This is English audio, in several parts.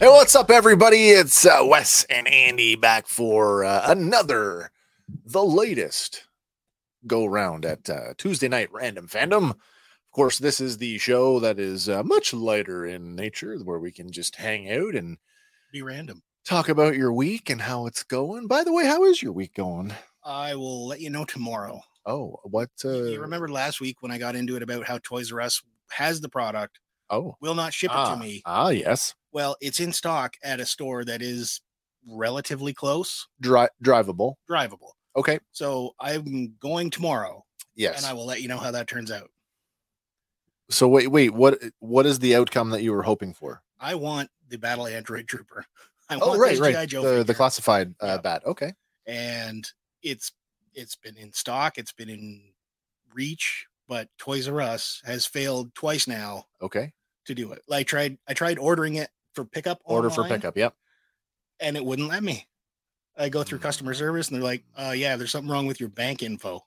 Hey, what's up, everybody? It's uh, Wes and Andy back for uh, another, the latest go round at uh, Tuesday Night Random Fandom. Of course, this is the show that is uh, much lighter in nature, where we can just hang out and be random. talk about your week and how it's going. By the way, how is your week going? I will let you know tomorrow. Oh, what? you Uh, remember last week when I got into it about how Toys R Us has the product, oh, will not ship it ah, to me. ah, yes, Well, it's in stock at a store that is relatively close, Dri- drivable. drivable. Okay, So I'm going tomorrow yes. and I will let you know how that turns out. so wait, wait, what? What is the outcome that you were hoping for? I want the Battle Android Trooper. I Oh, want right, this G.I. right. Joe The, the figure, classified uh, Yeah. bat. Okay. and it's it's been in stock, it's been in reach, but Toys R Us has failed twice now Okay. to do it. Like tried I tried ordering it for pickup Order for online, pickup. Yep. and it wouldn't let me. I go through Hmm. customer service and they're like, "Uh yeah, there's something wrong with your bank info."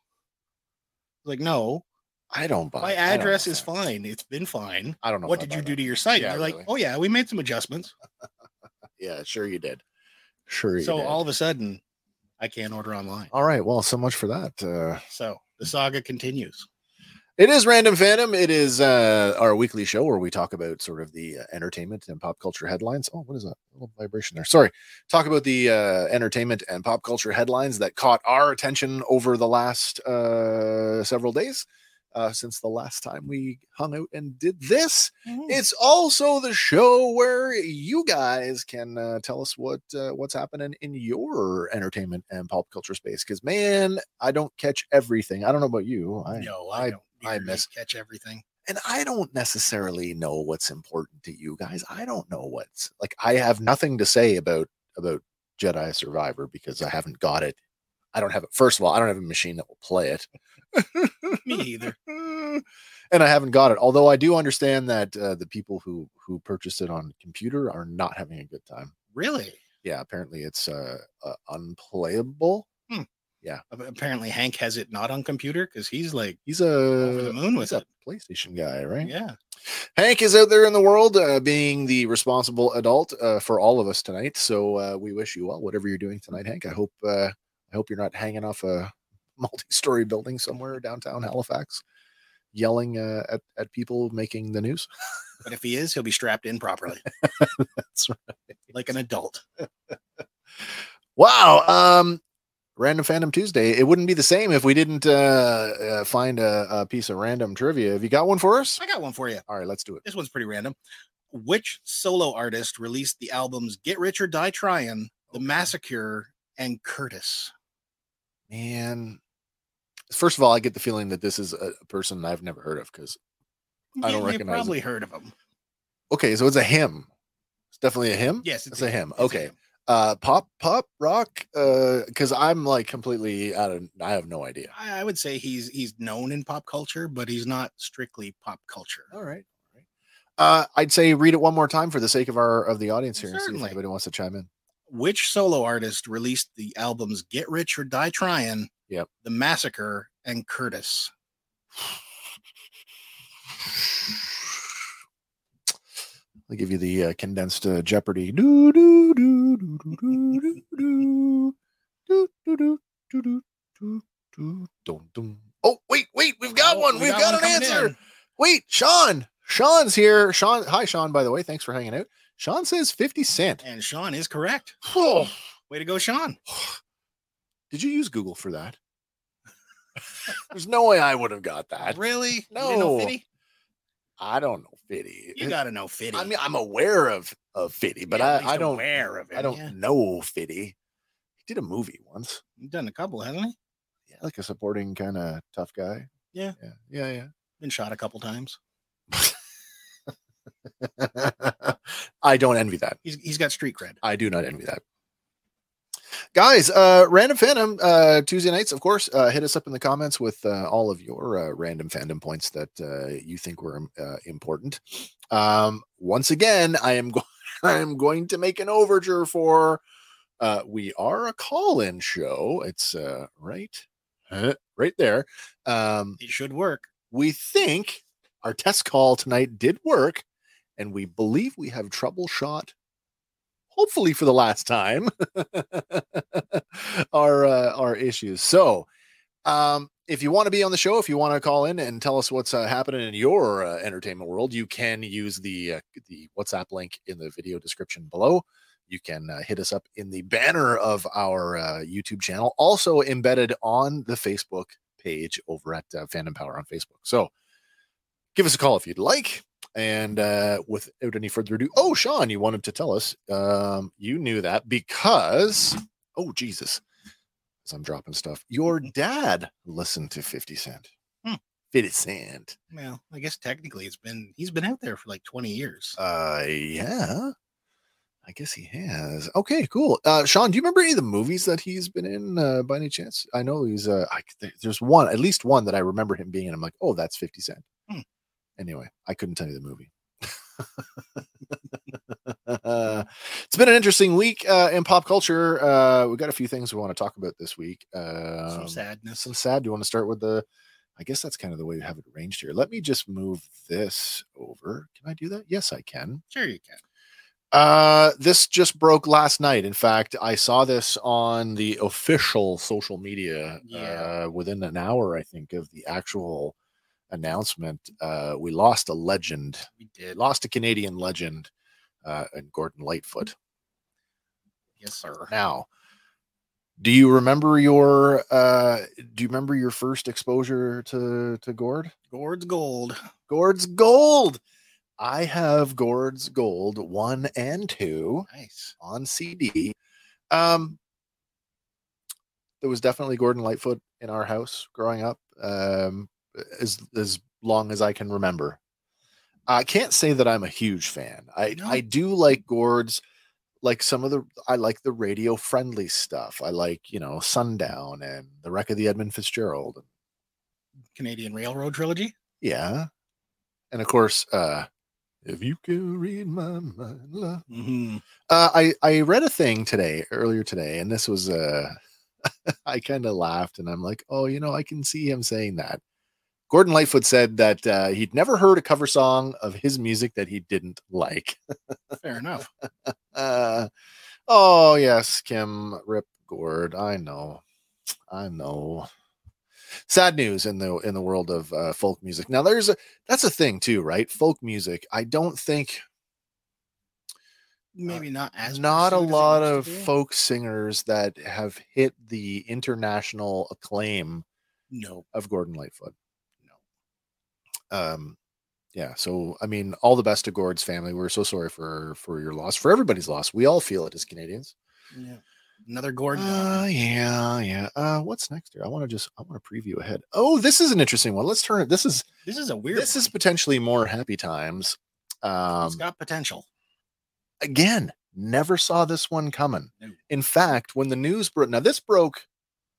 Like, "No, I don't buy. my I don't know address if is I- fine. It's been fine. I don't know. What if I did you buy do that. to your site?" Yeah, and they're really. like, "Oh yeah, we made some adjustments." Yeah, sure you did. Sure you so did. all of a sudden, I can't order online. all right. Well, so much for that. Uh, So the saga continues. it is Random Phantom. It is uh, our weekly show where we talk about sort of the uh, entertainment and pop culture headlines. Oh, what is that? little vibration there. Sorry. Talk about the uh, entertainment and pop culture headlines that caught our attention over the last uh, several days uh, since the last time we hung out and did this. It's also the show where you guys can uh, tell us what uh, what's happening in your entertainment and pop culture space. Because man, I don't catch everything. I don't know about you, I, no, I, don't. I usually miss- catch everything. and I don't necessarily know what's important to you guys. I don't know what's like. I have nothing to say about about Jedi Survivor because I haven't got it. I don't have it. First of all, I don't have a machine that will play it. Me either. Mm, and I haven't got it. Although I do understand that uh, the people who who purchased it on computer are not having a good time. Really? Yeah, apparently it's uh, uh unplayable. Apparently, Hank has it not on computer because he's like, He's a over the moon with a PlayStation guy, right? yeah. Hank is out there in the world uh, being the responsible adult uh, for all of us tonight. So uh, we wish you well, whatever you're doing tonight, Hank. I hope uh, I hope you're not hanging off a multi-story building somewhere downtown Halifax, yelling uh, at at people making the news. But if he is, he'll be strapped in properly, That's like an adult. Wow. Um, random Phantom Tuesday. It wouldn't be the same if we didn't uh, uh find a, a piece of random trivia. Have you got one for us? I got one for you. All right, let's do it. This one's pretty random. Which solo artist released the albums Get Rich or Die Tryin', The Massacre, and Curtis? Man, first of all, I get the feeling that this is a a person I've never heard of because I don't you recognize it. probably heard of him. okay, so it's a hymn. It's definitely a hymn. Yes, it's a him. It's a Okay. him. Uh, pop, pop, rock. Uh, because I'm like completely out of. I have no idea. I, I would say he's he's known in pop culture, but he's not strictly pop culture. All right. All right. Uh, I'd say read it one more time for the sake of our of the audience here, and see if Certainly. anybody wants to chime in. Which solo artist released the albums Get Rich or Die Tryin', Yep. The Massacre, and Curtis? I'll give you the uh, condensed uh, Jeopardy. Do do do do do do do do do do do do do do dun, dun. Oh wait, wait, we've got Oh, one. we We've got, one an coming answer. in. Wait, Sean. Sean's here. Sean, hi Sean. By the way, thanks for hanging out. Sean says fifty cent. And Sean is correct. Oh, Way to go, Sean. did you use Google for that? There's no way I would have got that. really? You didn't know No. Fitty? I don't know, Fitty. You gotta know Fitty. I mean, I'm aware of of Fitty, but Yeah, at I, I least don't aware of it. I don't yeah. know Fitty. He did a movie once, He's done a couple, hasn't he? yeah, like a supporting kind of tough guy. Yeah. yeah, yeah, Been shot a couple times. yeah. I don't envy that. He's he's got street cred. I do not envy that. Guys, uh, Random Phantom uh, Tuesday nights, of course. Uh, hit us up in the comments with uh, all of your uh, random fandom points that uh, you think were um, uh, important. Um, once again, I am going. I'm going to make an overture for. Uh, we are a call-in show. It's uh, right, uh, right there. Um, It should work. we think our test call tonight did work, and we believe we have troubleshot hopefully for the last time, our uh, our issues. So, um, if you want to be on the show, if you want to call in and tell us what's uh, happening in your uh, entertainment world, you can use the uh, the WhatsApp link in the video description below. You can uh, hit us up in the banner of our uh, YouTube channel, also embedded on the Facebook page over at uh, Fandom Power on Facebook. So, give us a call if you'd like. And uh, without any further ado, oh, Sean, you wanted to tell us um, you knew that because, oh, Jesus, as I'm dropping stuff, your dad listened to 50 Cent. Hmm. 50 Cent. Well, I guess technically it's been he's been out there for like 20 years. Uh, yeah. I guess he has. Okay, cool. Uh, Sean, do you remember any of the movies that he's been in uh, by any chance? I know he's. Uh, I, there- there's one, at least one that I remember him being in. I'm like, oh, that's Fifty Cent. Hmm. Anyway, I couldn't tell you the movie. it's been an interesting week uh, in pop culture. Uh, we got a few things we want to talk about this week. Um, Some sadness. some sad. Do you want to start with the? I guess that's kind of the way we have it arranged here. Let me just move this over. Can I do that? Yes, I can. Sure, you can. Uh, this just broke last night. In fact, I saw this on the official social media Yeah. uh, within an hour, I think, of the actual announcement. Uh, we lost a legend, We did. lost a Canadian legend, uh, and Gordon Lightfoot. Yes, sir. Now, do you remember your uh, do you remember your first exposure to to Gord? Gord's gold. Gord's Gold. I have Gord's Gold one and two. Nice. on CD. Um, there was definitely Gordon Lightfoot in our house growing up, um, as as long as I can remember. I can't say that I'm a huge fan. I No. I do like Gord's, like some of the I like the radio friendly stuff. I like you know Sundown and the Wreck of the Edmund Fitzgerald. Canadian Railroad trilogy. Yeah, and of course, uh, if you can read my mind, love. Mm-hmm. Uh, I I read a thing today earlier today, and this was uh, I kind of laughed, and I'm like, oh, you know, I can see him saying that. Gordon Lightfoot said that uh, he'd never heard a cover song of his music that he didn't like. Fair enough. Uh, oh yes, Kim Rip Gord. I know, I know. Sad news in the in the world of uh, folk music. Now there's a that's a thing too, right? Folk music. I don't think Maybe not as not a pursued as it lot used of to be. folk singers that have hit the international acclaim No, of Gordon Lightfoot. no. Um, yeah, so I mean, all the best to Gord's family. We're so sorry for for your loss, for everybody's loss. We all feel it as Canadians. Yeah. Another Gord. Uh, yeah, yeah. Uh, what's next here? I want to just I want to preview ahead. Oh, this is an interesting one. Let's turn it. This is this is a weird. this one. is potentially more happy times. Um, it's got potential. again never saw this one coming No. in fact when the news broke now this broke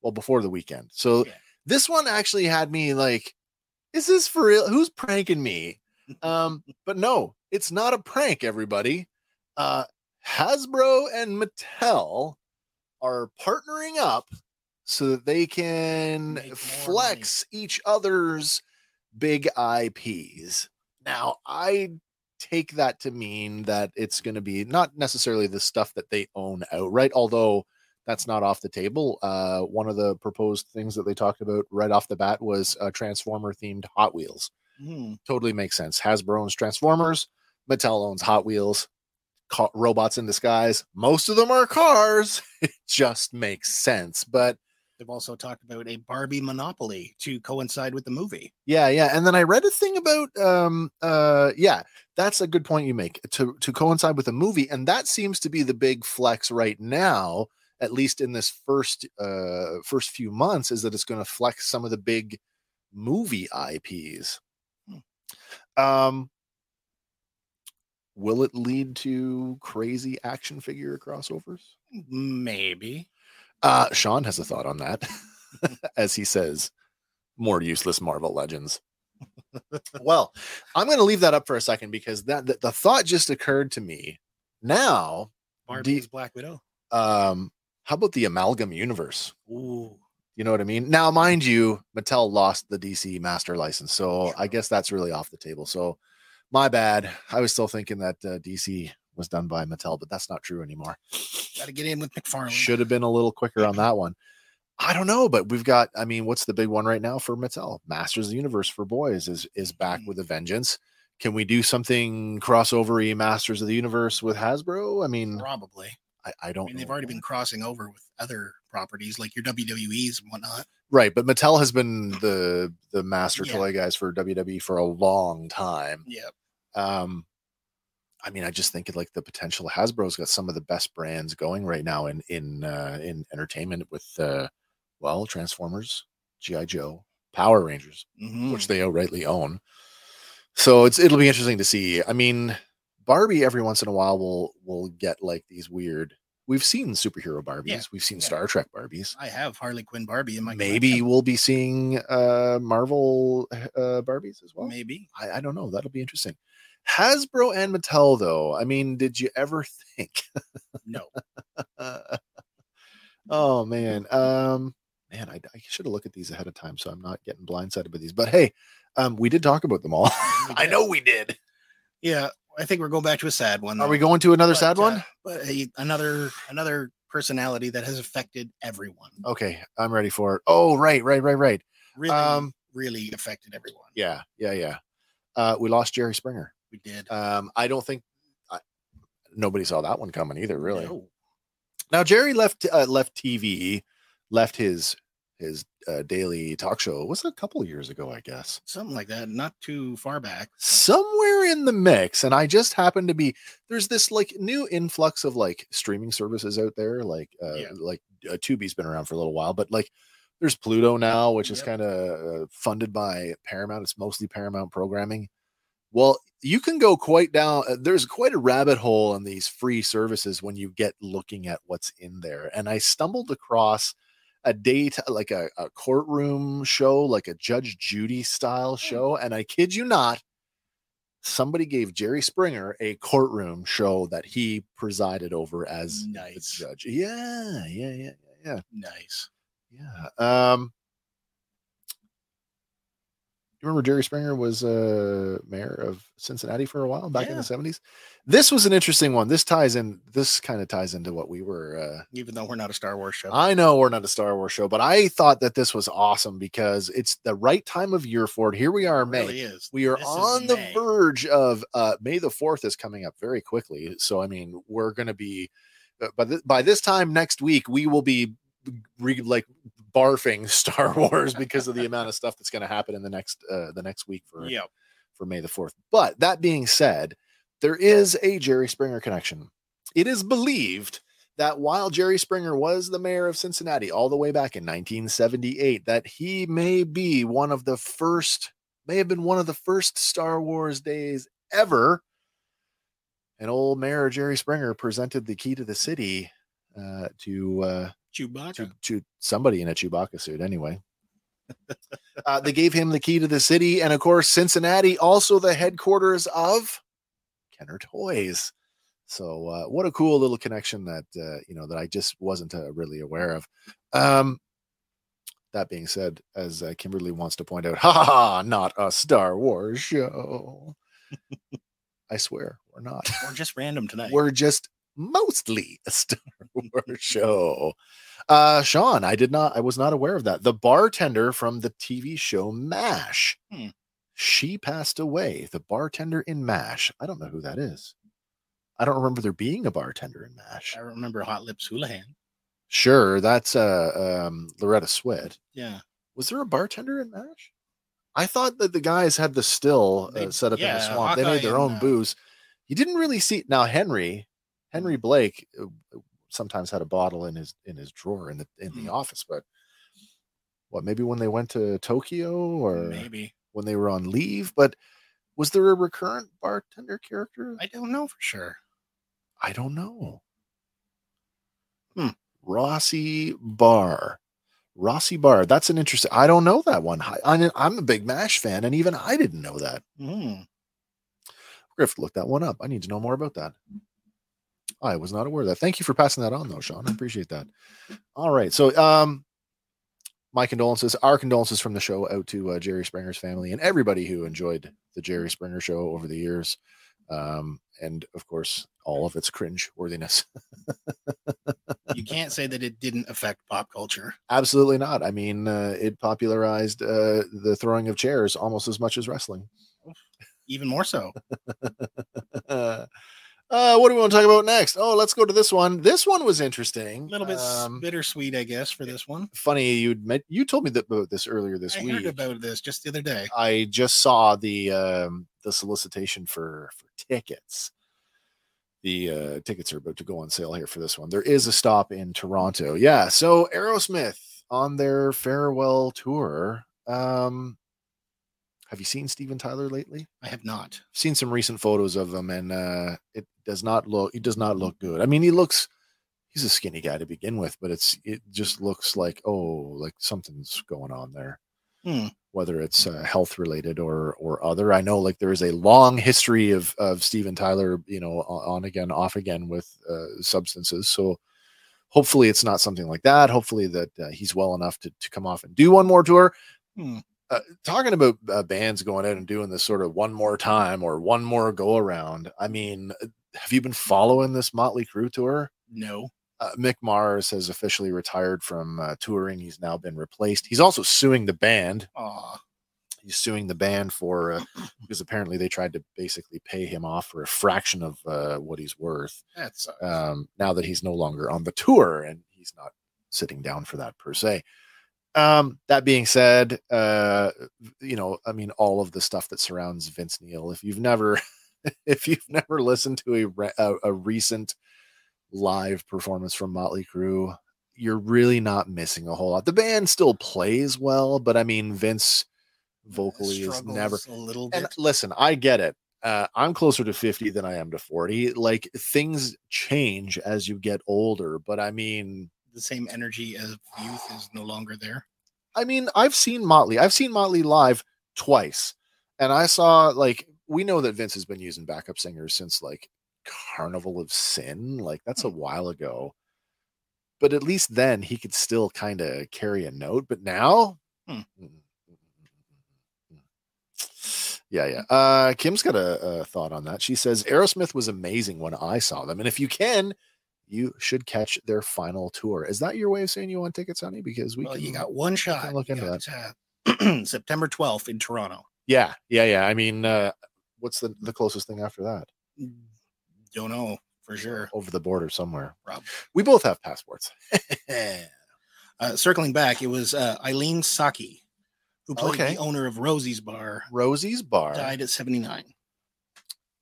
well before the weekend so Yeah. this one actually had me like is this for real who's pranking me um but no it's not a prank everybody uh hasbro and mattel are partnering up so that they can Make more money. flex each other's big ips now i take that to mean that it's going to be not necessarily the stuff that they own outright, although that's not off the table. Uh, one of the proposed things that they talked about right off the bat was uh, Transformer themed Hot Wheels. Hmm. Totally makes sense. Hasbro owns Transformers, Mattel owns Hot Wheels, ca- robots in disguise. Most of them are cars. it just makes sense. But They've also talked about a Barbie monopoly to coincide with the movie. Yeah, yeah. And then I read a thing about um uh yeah, that's a good point you make to to coincide with a movie and that seems to be the big flex right now at least in this first uh first few months is that it's going to flex some of the big movie IPs. Um will it lead to crazy action figure crossovers? Maybe. Uh, Sean has a thought on that, as he says, more useless Marvel legends. well, I'm going to leave that up for a second because that, that the thought just occurred to me. Now, Barbie's Black Widow. um, how about the amalgam universe? Ooh. You know what I mean? Now, mind you, Mattel lost the DC master license, so I True. guess that's really off the table. So, my bad. I was still thinking that uh, DC was done by Mattel, but that's not true anymore. Got to get in with McFarlane. Should have been a little quicker on that one. I don't know, but we've got. I mean, what's the big one right now for Mattel? Masters of the Universe for boys is is back Mm. with a vengeance. Can we do something crossovery Masters of the Universe with Hasbro? I mean, Probably. I, I I don't. mean, they've know. already been crossing over with other properties like your WWEs and whatnot. right, but Mattel has been the the master Yeah. toy guys for WWE for a long time. Yeah. um i mean i just think like the potential hasbro's got some of the best brands going right now in in uh in entertainment with uh well transformers gi joe power rangers Mm-hmm. which Mm. they outrightly own so it's it'll be interesting to see i mean barbie every once in a while will will get like these weird we've seen superhero barbies Yeah, we've seen yeah. star trek barbies I have Harley Quinn Barbie in my maybe we'll be seeing uh marvel uh barbies as well collection. maybe I, I don't know. That'll be interesting. Hasbro and Mattel, though. I mean, did you ever think? uh, no. oh man, um, man, I, I should have looked at these ahead of time, so I'm not getting blindsided by these. But hey, um, we did talk about them all. We I did. know we did. Yeah, I think we're going back to a sad one. Are though. we going to another But, sad uh, one? but a, another another personality that has affected everyone. Okay, I'm ready for it. Oh, right, right, right, right. Really, um, really affected everyone. Yeah, yeah, yeah. Uh, we lost Jerry Springer. we did. Um, I don't think I, nobody saw that one coming either. Really. No. Now Jerry left uh, left TV, left his his uh, daily talk show. Was it a couple of years ago? I guess something like that. Not too far back. somewhere in the mix, and I just happened to be there's this like new influx of like streaming services out there. Like uh, Yeah. like uh, Tubi's been around for a little while, but like there's Pluto now, which is Yep. kind of uh, funded by Paramount. It's mostly Paramount programming. Well, you can go quite down. uh, There's quite a rabbit hole in these free services when you get looking at what's in there. And I stumbled across a date like a, a courtroom show, like a Judge Judy style Hmm. show. And I kid you not, somebody gave Jerry Springer a courtroom show that he presided over as the Nice, judge. Yeah, yeah, yeah, yeah, nice. yeah, yeah. Um, you remember Jerry Springer was uh, mayor of Cincinnati for a while back in Yeah. the seventies. This was an interesting one. This ties in. This kind of ties into what we were. Uh, Even though we're not a Star Wars show, I know we're not a Star Wars show, but I thought that this was awesome because it's the right time of year for it. Here we are, it May. really is. We are This is on the May. verge of uh, May the 4th is coming up very quickly. So, I mean, we're going to be, uh, by, th- by this time next week, we will be re- like barfing Star Wars because of the amount of stuff that's going to happen in the next, uh, the next week for, Yep. for May the 4th. But that being said, there is a Jerry Springer connection. It is believed that while Jerry Springer was the mayor of Cincinnati all the way back in 1978, that he may be one of the first, may have been one of the first Star Wars days ever. And old Mayor Jerry Springer presented the key to the city uh, to uh, Chewbacca. to, to somebody in a Chewbacca suit anyway. uh, they gave him the key to the city, and of course, Cincinnati, also the headquarters of Kenner Toys. So, uh, what a cool little connection that uh, you know that I just wasn't uh, really aware of. Um, that being said, as uh, Kimberly wants to point out, ha ha, ha, not a Star Wars show. I swear, we're not. We're just random tonight. We're just mostly a Star Wars show. Uh, Sean, I did not, I was not aware of that. The bartender from the TV show MASH, Hmm. she passed away. The bartender in MASH. I don't know who that is. I don't remember there being a bartender in MASH. I remember Hot Lips Houlihan. Sure, that's uh, um, Loretta Swit. Yeah. Was there a bartender in MASH? I thought that the guys had the still uh, They- set up in a yeah, swamp. They made Hawkeye their and, own uh, booze. You didn't really see now Henry Henry Mm. Blake uh, sometimes had a bottle in his in his drawer in the in the Hmm. office, but what maybe when they went to Tokyo or Maybe. when they were on leave, but was there a recurrent bartender character? I don't know for sure. I don't know. Hmm. Rossi Bar. Rossi Bar. That's an interesting. I don't know that one. I, I- I'm a big MASH fan, and even I didn't know that. Mm. We're gonna have to look that one up. I need to know more about that. I was not aware of that. Thank you for passing that on, though, Sean. I appreciate that. All right. So, um, my condolences, our condolences from the show out to uh, Jerry Springer's family and everybody who enjoyed the Jerry Springer show over the years. um, and of course all of its cringe worthiness. You can't say that it didn't affect pop culture. Absolutely not. I mean, uh, it popularized uh, the throwing of chairs almost as much as wrestling. Even more so. uh, what do we want to talk about next? Oh, let's go to this one. This one was interesting. A little bit s- Um, bittersweet, I guess, for this one. funny you met, you told me that about this earlier this I week. heard about this just the other day. I just saw the um, the solicitation for for tickets. The uh, tickets are about to go on sale here for this one. There is a stop in Toronto. Yeah, so Aerosmith on their farewell tour. Um, have you seen Steven Tyler lately? I have not. seen some recent photos of him and uh it does not look he does not look good i mean he looks he's a skinny guy to begin with but it's it just looks like oh like something's going on there Hmm. whether it's uh, health related or or other i know like there is a long history of of steven tyler you know o- on again off again with uh, substances so hopefully it's not something like that hopefully that uh, he's well enough to, to come off and do one more tour Hmm. uh, talking about uh, bands going out and doing this sort of one more time or one more go around i mean uh, have you been following this motley crew tour No. uh, mick mars has officially retired from uh, touring he's now been replaced he's also suing the band Aw. he's suing the band for uh, because apparently they tried to basically pay him off for a fraction of uh, what he's worth That sucks. um, now that he's no longer on the tour and he's not sitting down for that per se. Um, that being said, uh, you know, I mean, all of the stuff that surrounds Vince Neil. If you've never, if you've never listened to a re- a, a recent live performance from Motley Crue, you're really not missing a whole lot. The band still plays well, but I mean, Vince vocally is Struggles never a little bit. and listen, I get it. Uh, I'm closer to 50 than I am to 40. Like things change as you get older, but I mean, the same energy as youth is no longer there. I mean, I've seen Motley. I've seen Motley live twice, and I saw like we know that Vince has been using backup singers since like Carnival of Sin. Like that's Hmm. a while ago, but at least then he could still kind of carry a note. But now, Hmm. yeah, yeah. Uh, Kim's got a, a thought on that. She says Aerosmith was amazing when I saw them, and if you can. You should catch their final tour. Is that your way of saying you want tickets, honey? Because we well, can you got one shot. look You into got, uh, September 12th in Toronto. Yeah, yeah, yeah. I mean, uh, what's the the closest thing after that? Don't know for sure. Over the border somewhere. Probably. We both have passports. Uh, circling back, it was uh, Eileen Saki, who played Okay. the owner of Rosie's Bar, Rosie's bar. died at 79.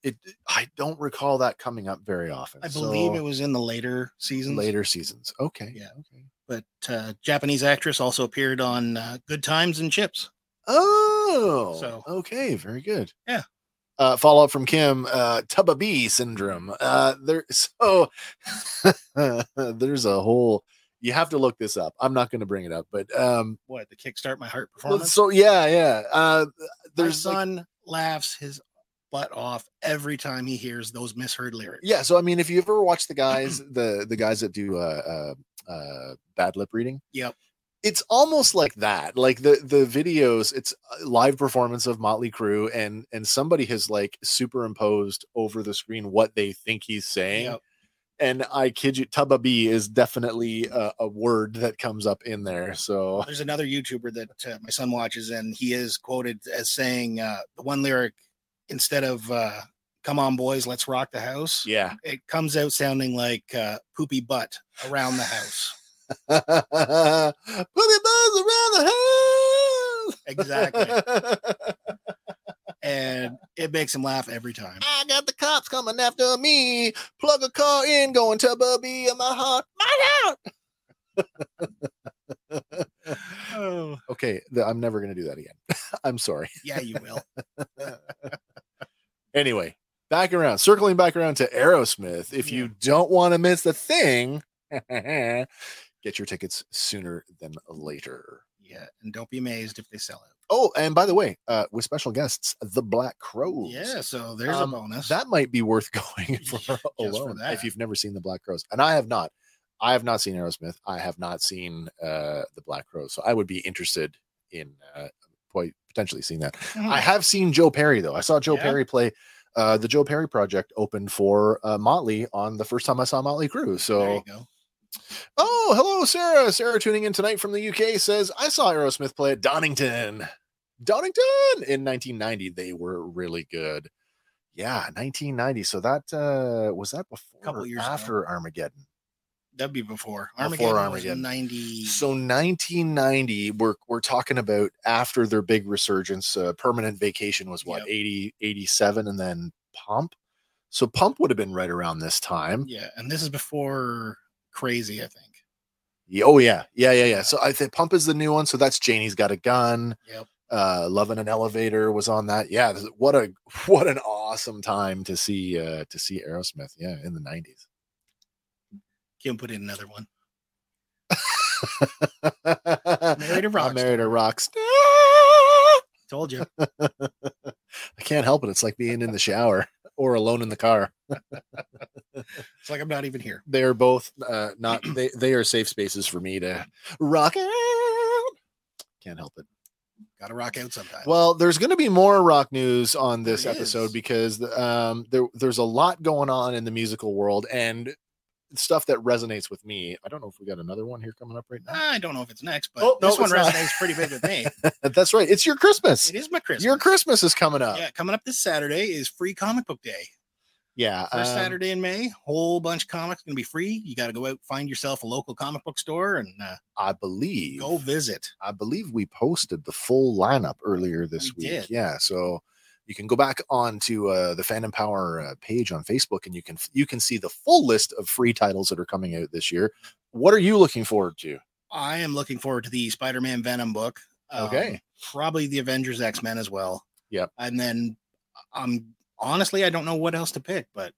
It. I don't recall that coming up very often. I believe so it was in the later seasons. later seasons. Okay. Yeah. Okay. But uh, Japanese actress also appeared on uh, Good Times and Chips. Oh. So- okay. Very good. Yeah. Uh, follow up from Kim. Uh, Tuba B syndrome. Uh, there. So there's a whole. You have to look this up. I'm not going to bring it up, but um. What, the Kickstart My Heart well, performance? So yeah, yeah. Uh, Their there's like- son laughs his butt off every time he hears those misheard lyrics. yeah so i mean if you ever watch the guys the the guys that do uh uh, uh bad lip reading Yep. it's almost like that like the the videos it's a live performance of motley Crue, and and somebody has like superimposed over the screen what they think he's saying Yep. and i kid you tuba b is definitely a, a word that comes up in there so There's another YouTuber that uh, my son watches, and he is quoted as saying uh, the one lyric instead of uh, "Come on, boys, let's rock the house." yeah It comes out sounding like uh, "poopy butt around the house." put the buzz around the house Exactly, and it makes him laugh every time. I got the cops coming after me. Plug a car in, going to Bubby in my heart. My heart. Oh, okay, th- I'm never gonna do that again. I'm sorry. yeah, you will. Anyway, back around, circling back around to Aerosmith. If you don't want to miss the thing, get your tickets sooner than later. Yeah, and don't be amazed if they sell it. Oh, and by the way, uh, with special guests, the Black Crows. Yeah, so there's Um, a bonus. that might be worth going for Just for alone that. if you've never seen the Black Crows. And I have not. I have not seen Aerosmith. I have not seen uh, the Black Crows. So I would be interested in uh, quite potentially seeing that. Mhm. I have seen Joe Perry though. I saw Joe Yeah? Perry play uh, the Joe Perry Project opened for uh, Motley on the first time I saw Motley Crue. There you So, go. oh, hello, Sarah. Sarah tuning in tonight from the UK says, I saw Aerosmith play at Donington. Donington in 1990. They were really good. Yeah, 1990. So that uh, was that before Couple or years ago. after Armageddon. That'd be before Before Armageddon. was Armageddon. Ninety. So 1990, we're we're talking about after their big resurgence. Uh, permanent vacation was what Yep. 80, 87, and then Pump. So Pump would have been right around this time. yeah, and this is before Crazy. I think. Yeah, Oh yeah, yeah, yeah, yeah. So I think Pump is the new one. So that's Janie's got a gun. Yep. Uh, Loving an elevator was on that. Yeah, this- what a what an awesome time to see uh to see Aerosmith. Yeah, in the 90s. Kim put in another one. married a rock married a rock star. Told you. I can't help it. It's like being in the shower or alone in the car. It's like I'm not even here. They are both uh, not. They they are safe spaces for me to rock out. Can't help it. Got to rock out sometime. Well, there's going to be more rock news on this There episode is. because um, there there's a lot going on in the musical world and stuff that resonates with me. I don't know if we got another one here coming up right now. I don't know if it's next, but Oh, no, this one it's not. resonates pretty big with me. That's right. It's your Christmas. It is my Christmas. Your Christmas is coming up. Yeah, coming up this Saturday is free comic book day. Yeah. First um, Saturday in May, whole bunch of comics gonna be free. You got to go out, find yourself a local comic book store, and uh, I believe. go visit. I believe we posted the full lineup earlier this We week. did. Yeah, so you can go back onto uh, the Phantom Power uh, page on Facebook, and you can you can see the full list of free titles that are coming out this year. What are you looking forward to? I am looking forward to the Spider-Man Venom book. Um, Okay. probably the Avengers X-Men as well. Yep. And then I'm honestly I don't know what else to pick, but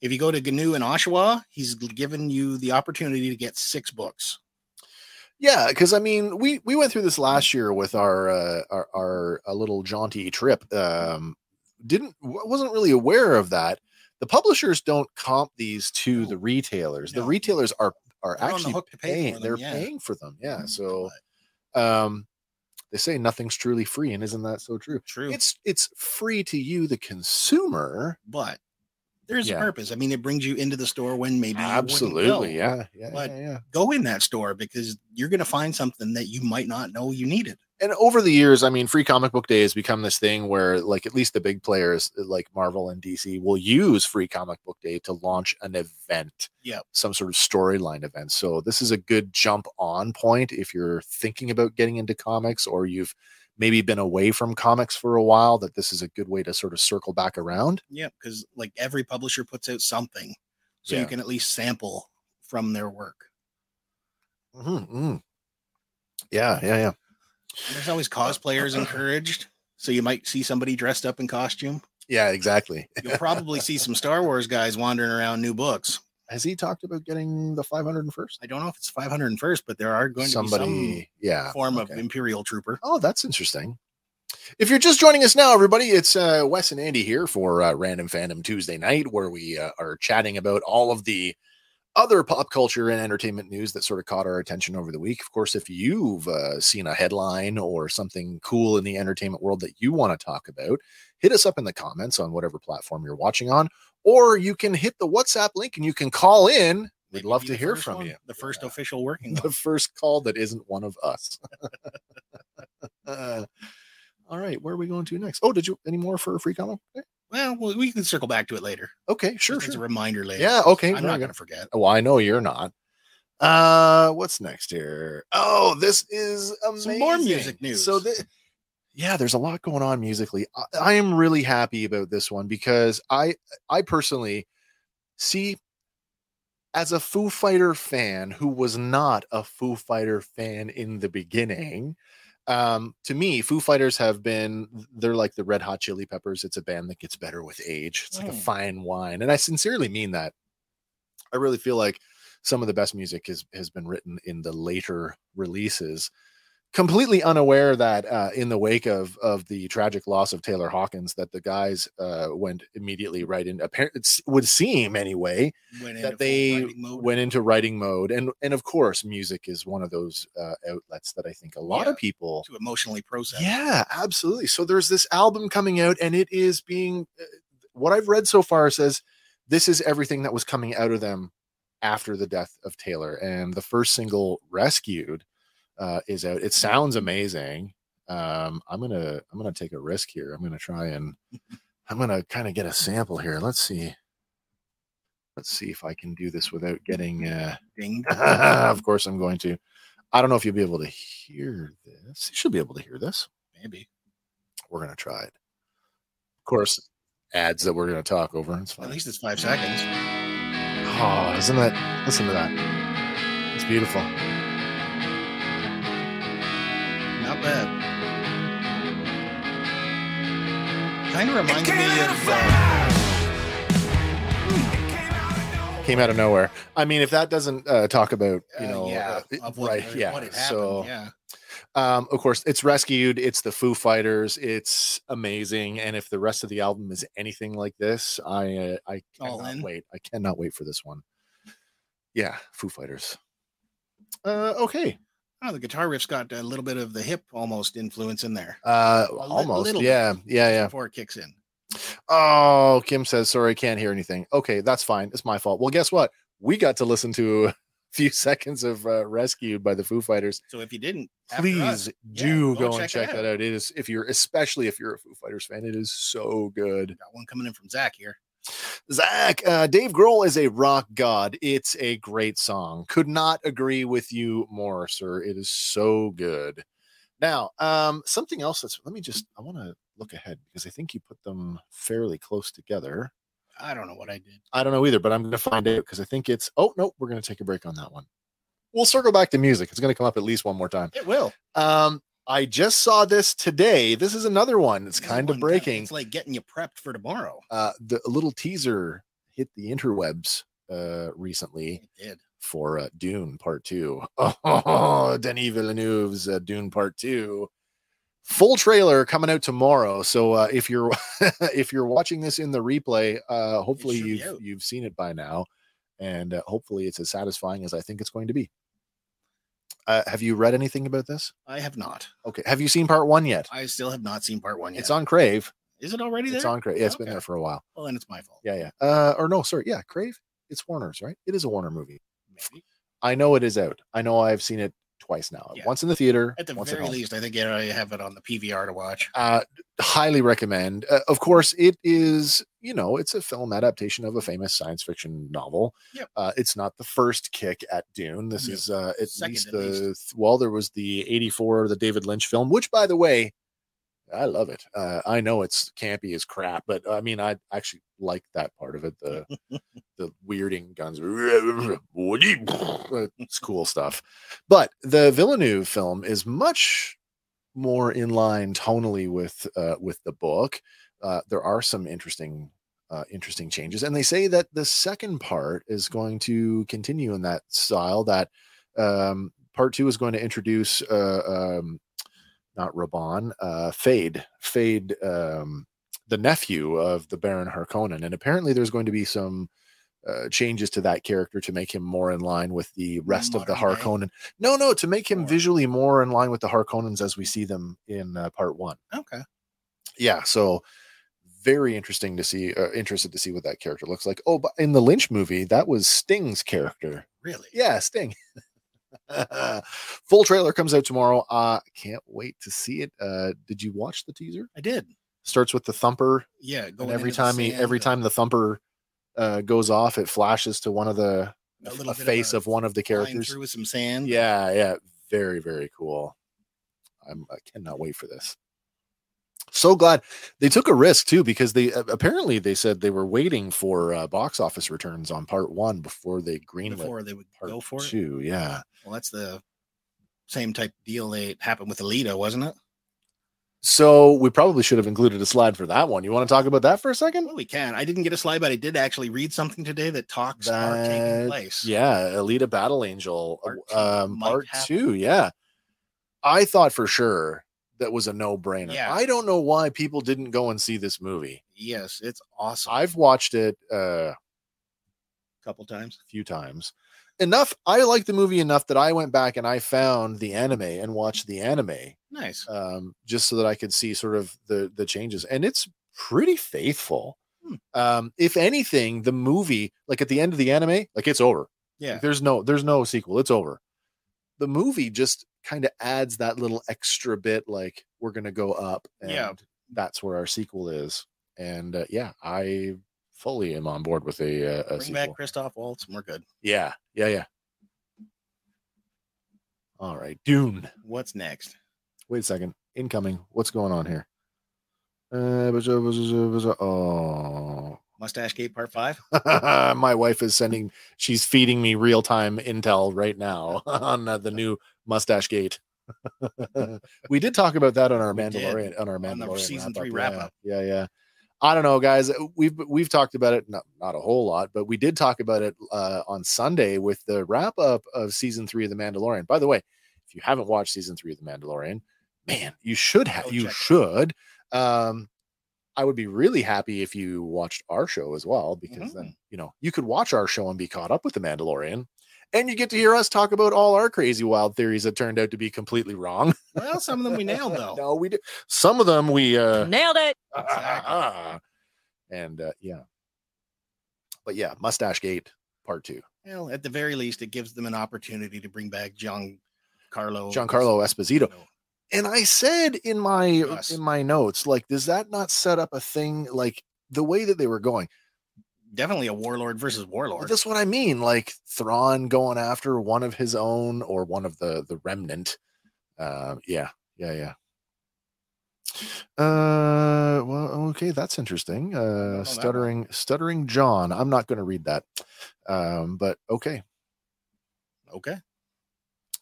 if you go to GNU in Oshawa, he's given you the opportunity to get six books. Yeah, because I mean, we we went through Mm. this last year with our uh, our, our a little jaunty trip. Um, didn't w- wasn't really aware of that. The publishers don't comp these to No. the retailers. No. The retailers are are They're on the actually hook to pay for paying. them, they're yeah. Mm-hmm. Mm, paying for them. Yeah, so um they say nothing's truly free and isn't that so true True. it's it's free to you the consumer but there's Yeah. a purpose. I mean, it brings you into the store when maybe you wouldn't absolutely go. yeah yeah, But- yeah yeah Go in that store because you're going to find something that you might not know you needed. and over the years i mean free comic book day has become this thing where like at least the big players uh, like marvel and dc will use free comic book day to launch an event Yep. some sort of storyline event so this is a good jump on point if you're thinking about getting into comics or you've maybe been away from comics for a while that this is a good way to sort of circle back around Yeah, because like every publisher puts out something, so Yeah. you can at least sample from their work. Mhm, Mm-hmm, mm. Yeah, yeah, yeah. There's always cosplayers encouraged. So you might see somebody dressed up in costume. Yeah, exactly. You'll probably see some Star Wars guys wandering around new books. Has he talked about getting the 501st? I don't know if it's 501st, but there are going Somebody, to be yeah. some form of okay. Imperial Trooper. Oh, that's interesting. If you're just joining us now, everybody, it's uh, Wes and Andy here for uh, Random Fandom Tuesday night, where we uh, are chatting about all of the other pop culture and entertainment news that sort of caught our attention over the week. Of course, if you've uh, seen a headline or something cool in the entertainment world that you want to talk about, hit us up in the comments on whatever platform you're watching on, or you can hit the WhatsApp link and you can call in. They We'd could love be to the hear first from one- you. The first Yeah official working one. the first call that isn't one of us. Uh, all right, where are we going to next? Oh, did you any more for a free comic? book day? Well, we we can circle back to it later. Okay, sure, Just as a sure. reminder later. Yeah, okay. I'm very not good. going to forget. Well, I know you're not. Uh, what's next here? Oh, this is amazing. Some more music news. So, thi- yeah, there's a lot going on musically. I, I am really happy about this one because I, I personally see as a Foo Fighter fan who was not a Foo Fighter fan in the beginning. Um, to me, Foo Fighters have been they're like the Red Hot Chili Peppers. It's a band that gets better with age. It's like a Mm. fine wine, and I sincerely mean that. I really feel like some of the best music has has been written in the later releases. Completely unaware that uh, in the wake of of the tragic loss of Taylor Hawkins, that the guys uh, went immediately right in. Apparently, it would seem anyway Went into that full they writing mode. went into writing mode, and and of course, music is one of those uh, outlets that I think a lot of people to emotionally process. yeah, absolutely. So there's this album coming out, and it is being uh, what I've read so far says this is everything that was coming out of them after the death of Taylor. And the first single, Rescued, uh, is out. It sounds amazing. Um, I'm gonna I'm gonna take a risk here. I'm gonna try and I'm gonna kind of get a sample here. Let's see. Let's see if I can do this without getting. Uh, Ding. of course, I'm going to. I don't know if you'll be able to hear this. You should be able to hear this. Maybe. We're gonna try it. Of course, ads that we're gonna talk over. It's fine. At least it's five seconds. Oh, isn't that? Listen to that. It's beautiful. Not bad. Kind of reminds me of uh, Came out of nowhere. I mean, if that doesn't uh, talk about you uh, know, yeah, uh, of what, right? Yeah. what had happened. so, yeah, um, of course, it's rescued. It's the Foo Fighters. It's amazing. And if the rest of the album is anything like this, I uh, I All cannot in. wait. I cannot wait for this one. Yeah, Foo Fighters. Uh, okay, oh, the guitar riff's got a little bit of the hip almost influence in there uh, li- almost. little bit. Yeah, yeah, yeah. before it kicks in. Oh, Kim says, sorry, can't hear anything. Okay, that's fine. It's my fault. Well, guess what? We got to listen to a few seconds of uh, Rescued by the Foo Fighters. So if you didn't, after us, Please yeah, do go, and check, that out. It is, if you're, especially if you're a Foo Fighters fan, it is so good. Got one coming in from Zach here. Zach, uh, Dave Grohl is a rock god. It's a great song. Could not agree with you more, sir. It is so good. Now, um, something else that's, let me just, I want to look ahead because I think you put them fairly close together. I don't know what I did. I don't know either, but I'm going to find out because I think it's. Oh no, we're going to take a break on that one. We'll circle back to music. It's going to come up at least one more time. It will. Um, I just saw this today. This is another one. It's This kind of one, breaking. It's like getting you prepped for tomorrow. Uh, the a little teaser hit the interwebs uh recently It did. for uh, Dune Part Two. Oh, Denis Villeneuve's uh, Dune Part Two. Full trailer coming out tomorrow. So uh, if you're if you're watching this in the replay, uh, hopefully should be you've out. you've seen it by now, and uh, hopefully it's as satisfying as I think it's going to be. Uh, have you read anything about this? I have not. Okay. Have you seen Part One yet? I still have not seen part one yet. It's on Crave. Is it already there? It's on Crave. Yeah, it's been Okay. there for a while. Well, then it's my fault. Yeah, yeah. Uh, or no, sorry. Yeah, Crave. It's Warner's, right? It is a Warner movie. Maybe. I know it is out. I know I've seen it twice now. Yeah. Once in the theater, At the once very home. least, I think yeah, I have it on the PVR to watch. Uh, highly recommend. Uh, of course, it is. You know, it's a film adaptation of a famous science fiction novel. Yep. Uh, it's not the first kick at Dune. This No. is uh, at Second, least at the least. th- well, there was the '84, the David Lynch film, which, by the way, I love it. Uh, I know it's campy as crap, but I mean, I actually like that part of it. The the weirding guns. It's cool stuff. But the Villeneuve film is much more in line tonally with uh, with the book. Uh, there are some interesting uh, interesting changes, and they say that the second part is going to continue in that style. That um, part two is going to introduce uh, um, not Raban, uh, Fade, Fade, um, the nephew of the Baron Harkonnen, and apparently there's going to be some uh, changes to that character to make him more in line with the rest of the Modern day. Harkonnen. No, no, to make him More. visually more in line with the Harkonnens as we see them in uh, part one. Okay. Yeah, so very interesting to see. Uh, interested to see what that character looks like. Oh, but in the Lynch movie, that was Sting's character. Really? Yeah, Sting. Full trailer comes out tomorrow. Uh can't wait to see it. Uh did you watch the teaser? I did. Starts with the thumper, Yeah. Going and every into the time he sand, every uh, time the thumper uh goes off, it flashes to one of the a a, little bit of face a of, one of the flying characters. through with some sand. Yeah, yeah, very very cool. I'm, I cannot wait for this. So glad they took a risk too, because they uh, apparently they said they were waiting for uh, box office returns on part one before they greenlit Before they would part go for it. two. Yeah, Well, that's the same type deal that happened with Alita, wasn't it? So we probably should have included a slide for that one. You want to talk about that for a second? Well, we can. I didn't get a slide, but I did actually read something today that talks are That- taking place. Yeah, Alita Battle Angel Part two um might part happen. 2, yeah. I thought for sure that was a no-brainer. Yeah. I don't know why people didn't go and see this movie. Yes, it's awesome. I've watched it uh, a couple times. few times. Enough I liked the movie enough that I went back and I found the anime and watched the anime Nice. um just so that I could see sort of the the changes and it's pretty faithful. Hmm. Um, if anything, the movie, like at the end of the anime, like it's over. Yeah. Like, there's no there's no sequel. It's over. The movie just kind of adds that little extra bit, like we're gonna go up, and Yeah. that's where our sequel is. And uh, yeah, I fully am on board with a, uh, a Bring sequel. back Christoph Waltz and we're good. Yeah, yeah, yeah. All right, Dune. What's next? Wait a second. Incoming. What's going on here? Uh, bzz, bzz, bzz, bzz. oh, Mustache Gate Part Five. my wife is sending. She's feeding me real time intel right now on uh, the new Mustache Gate. we did talk about that on our We did. Mandalorian on our the Mandalorian season wrap-up. three wrap-up. Yeah, yeah. yeah. I don't know, guys. We've we've talked about it not not a whole lot, but we did talk about it uh, on Sunday with the wrap up of season three of The Mandalorian. By the way, if you haven't watched season three of The Mandalorian, man, you should have. Go You check it. should. Um, I would be really happy if you watched our show as well, because Mm. then you know you could watch our show and be caught up with The Mandalorian, and you get to hear us talk about all our crazy wild theories that turned out to be completely wrong. Well, some of them we nailed though. no, we do. Some of them we uh, Nailed it. Exactly. and uh, yeah, but yeah, Mustache Gate Part Two. Well, at the very least, it gives them an opportunity to bring back John Carlo. Giancarlo Esposito. And I said in my Yes. in my notes, like, does that not set up a thing like the way that they were going? Definitely a warlord versus warlord. That's what I mean. Like Thrawn going after one of his own or one of the the remnant. Um, yeah, yeah, yeah. Uh, well, okay, that's interesting. Uh, know that one. stuttering, stuttering John. I'm not going to read that. Um, but okay, okay.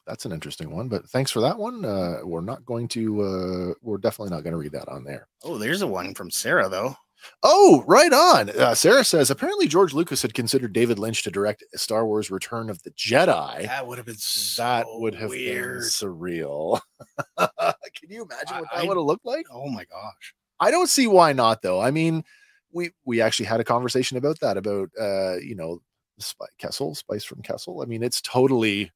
that's an interesting one. But thanks for that one. Uh, we're not going to. Uh, we're definitely not going to read that on there. Oh, there's a one from Sarah though. Oh, right on. Uh, Sarah says apparently George Lucas had considered David Lynch to direct Star Wars: Return of the Jedi. That would have been so that would have weird. been surreal. Can you imagine what that I- would have looked like? Oh my gosh. I don't see why not, though. I mean, we we actually had a conversation about that about uh, you know, Spi- Kessel, Spice from Kessel. I mean, it's totally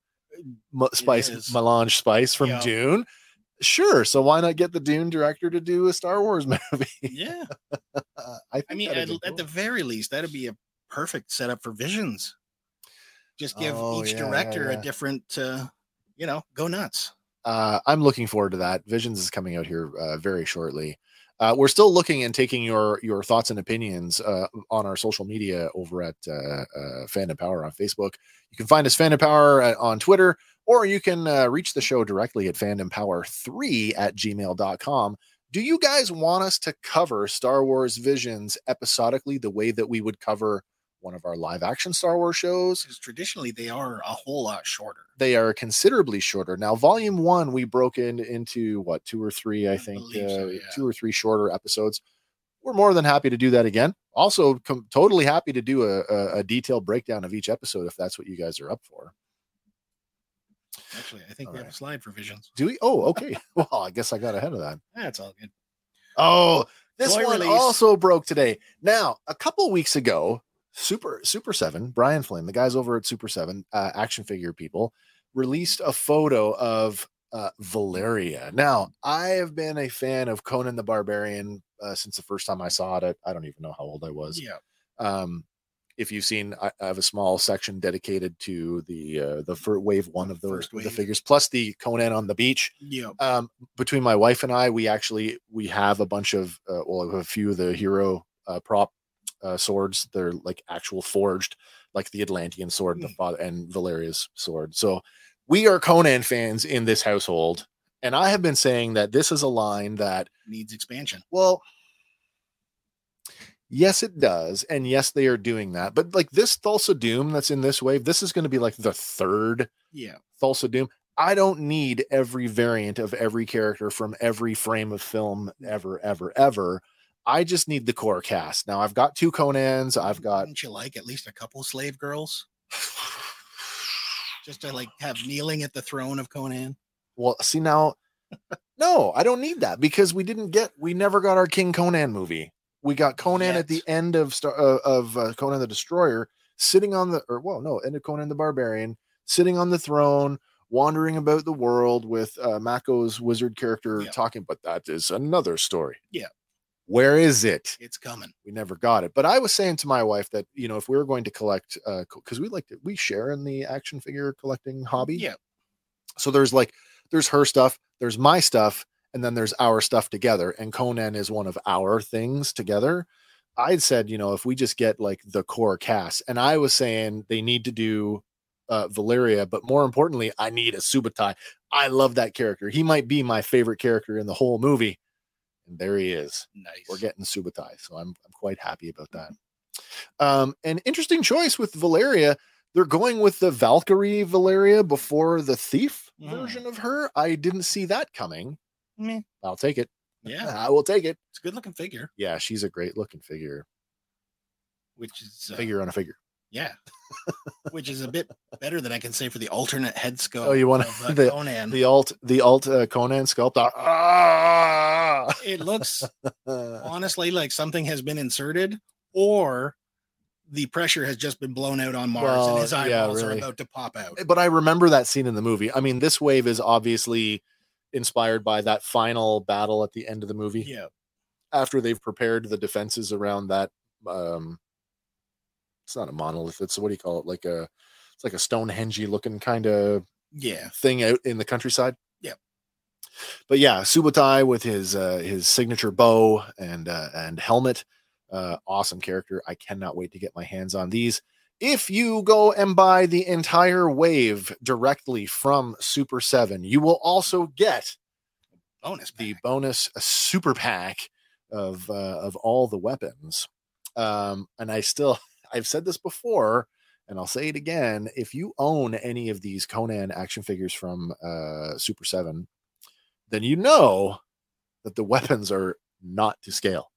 mu- Spice is. Melange Spice from Yeah. Dune. Sure, so why not get the Dune director to do a Star Wars movie? Uh, Yeah. I, think I mean, at, that'd be at the cool. very least, that'd be a perfect setup for visions. Just give Oh, each yeah, yeah, director yeah. a different, uh, you know, go nuts. uh, I'm looking forward to that. Visions is coming out here uh, very shortly. Uh, we're still looking and taking your your thoughts and opinions uh, on our social media over at uh, uh, Fan and Power on Facebook. You can find us Fan and Power uh, on Twitter, or you can uh, reach the show directly at fandompower3 at gmail.com. Do you guys want us to cover Star Wars Visions episodically the way that we would cover one of our live action Star Wars shows? Because traditionally, they are a whole lot shorter. they are considerably shorter now volume one we broke in into what two or three i, I think uh, believe so, yeah. two or three shorter episodes we're more than happy to do that again also com- totally happy to do a, a, a detailed breakdown of each episode if that's what you guys are up for Actually, I think All we have right. a slide for visions. do we oh okay well i guess i got ahead of that That's all good. Oh, this Toy one release. also broke today. Now, a couple weeks ago, Super Super Seven, Brian Flynn, the guys over at Super Seven, uh, action figure people, released a photo of uh, Valeria. Now, I have been a fan of Conan the Barbarian uh, since the first time I saw it. at- I don't even know how old I was Yeah. um if you've seen I, I have a small section dedicated to the uh the first wave one of those First the wave. figures plus the conan on the beach Yeah. um between my wife and i we actually we have a bunch of uh, well we have a few of the hero uh, prop uh, swords they're like actual forged like the atlantean sword and the father and valeria's sword so we are conan fans in this household and i have been saying that this is a line that Needs expansion. well, yes, it does. And yes, they are doing that. But like this Thulsa Doom that's in this wave, this is going to be like the third Yeah. Thulsa Doom. I don't need every variant of every character from every frame of film ever, ever, ever. I just need the core cast. Now I've got two Conans. I've got Wouldn't you like at least a couple slave girls? Just to like have kneeling at the throne of Conan. well, see now, no, I don't need that because we didn't get, we never got our King Conan movie. We got Conan at the Yet. end of Star, uh, of uh, Conan the Destroyer, sitting on the, or well, no, end of Conan the Barbarian, sitting on the throne, wandering about the world with uh, Mako's wizard character Yeah. talking. But that is another story. Yeah. Where is it? It's coming. we never got it. But I was saying to my wife that you know if we were going to collect, because we like to, we share in the action figure collecting hobby. Yeah. So there's like there's her stuff, there's my stuff, and then there's our stuff together. And Conan is one of our things together. I'd said you know if we just get like the core cast, and I was saying they need to do uh, Valeria, but more importantly, I need a Subutai. I love that character. He might be my favorite character in the whole movie. And there he is Nice. we're getting Subotai. So I'm I'm quite happy about that. Mm-hmm. Um, an interesting choice with Valeria. They're going with the Valkyrie Valeria before the thief Mhm. version of her. I didn't see that coming. Meh. I'll take it. yeah, I will take it. it's a good looking figure, Yeah, she's a great looking figure. which is uh, Figure on a figure. Yeah, which is a bit better than I can say for the alternate head scope. Oh, you want of, uh, the- Conan? The alt the alt uh, Conan sculpt. Ah! it looks Uh, honestly like something has been inserted, or the pressure has just been blown out on Mars, Well, and his yeah, eyeballs really. are about to pop out. but I remember that scene in the movie. I mean, this wave is obviously inspired by that final battle at the end of the movie. Yeah, after they've prepared the defenses around that um it's not a monolith it's what do you call it like a it's like a stonehenge looking kind of yeah, thing out in the countryside Yep. but yeah subutai with his uh his signature bow and uh and helmet uh awesome character i cannot wait to get my hands on these if you go and buy the entire wave directly from super 7 you will also get bonus. the pack. bonus super pack of uh, of all the weapons. Um, and I still I've said this before, and I'll say it again. If you own any of these Conan action figures from uh, Super Seven, then you know that the weapons are not to scale.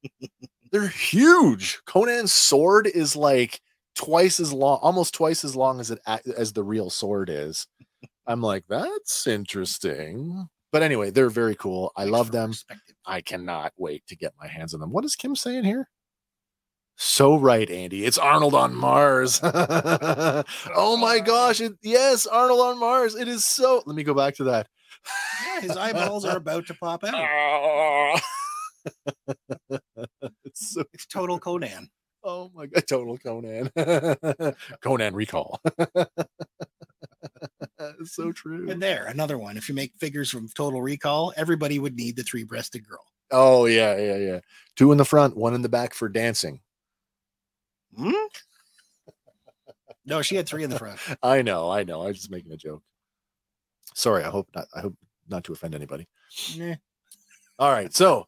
They're huge. Conan's sword is like twice as long, almost twice as long as it ac- as the real sword is. I'm like, that's interesting. But anyway, they're very cool. I Thanks love for them. perspective. I cannot wait to get my hands on them. What is Kim saying here? So right, Andy. It's Arnold on Mars. oh my gosh. It, yes, Arnold on Mars. It is so. Let me go back to that. Yeah, his eyeballs are about to pop out. Oh. it's so, It's total Conan. oh my god, total Conan. Conan recall. It's so true. And there, another one. If you make figures from Total Recall, everybody would need the three-breasted girl. Oh yeah, yeah, yeah. Two in the front, one in the back for dancing. Hmm? No, she had three in the front. I know, I know. I was just making a joke. Sorry, I hope not. I hope not to offend anybody. Nah. All right, so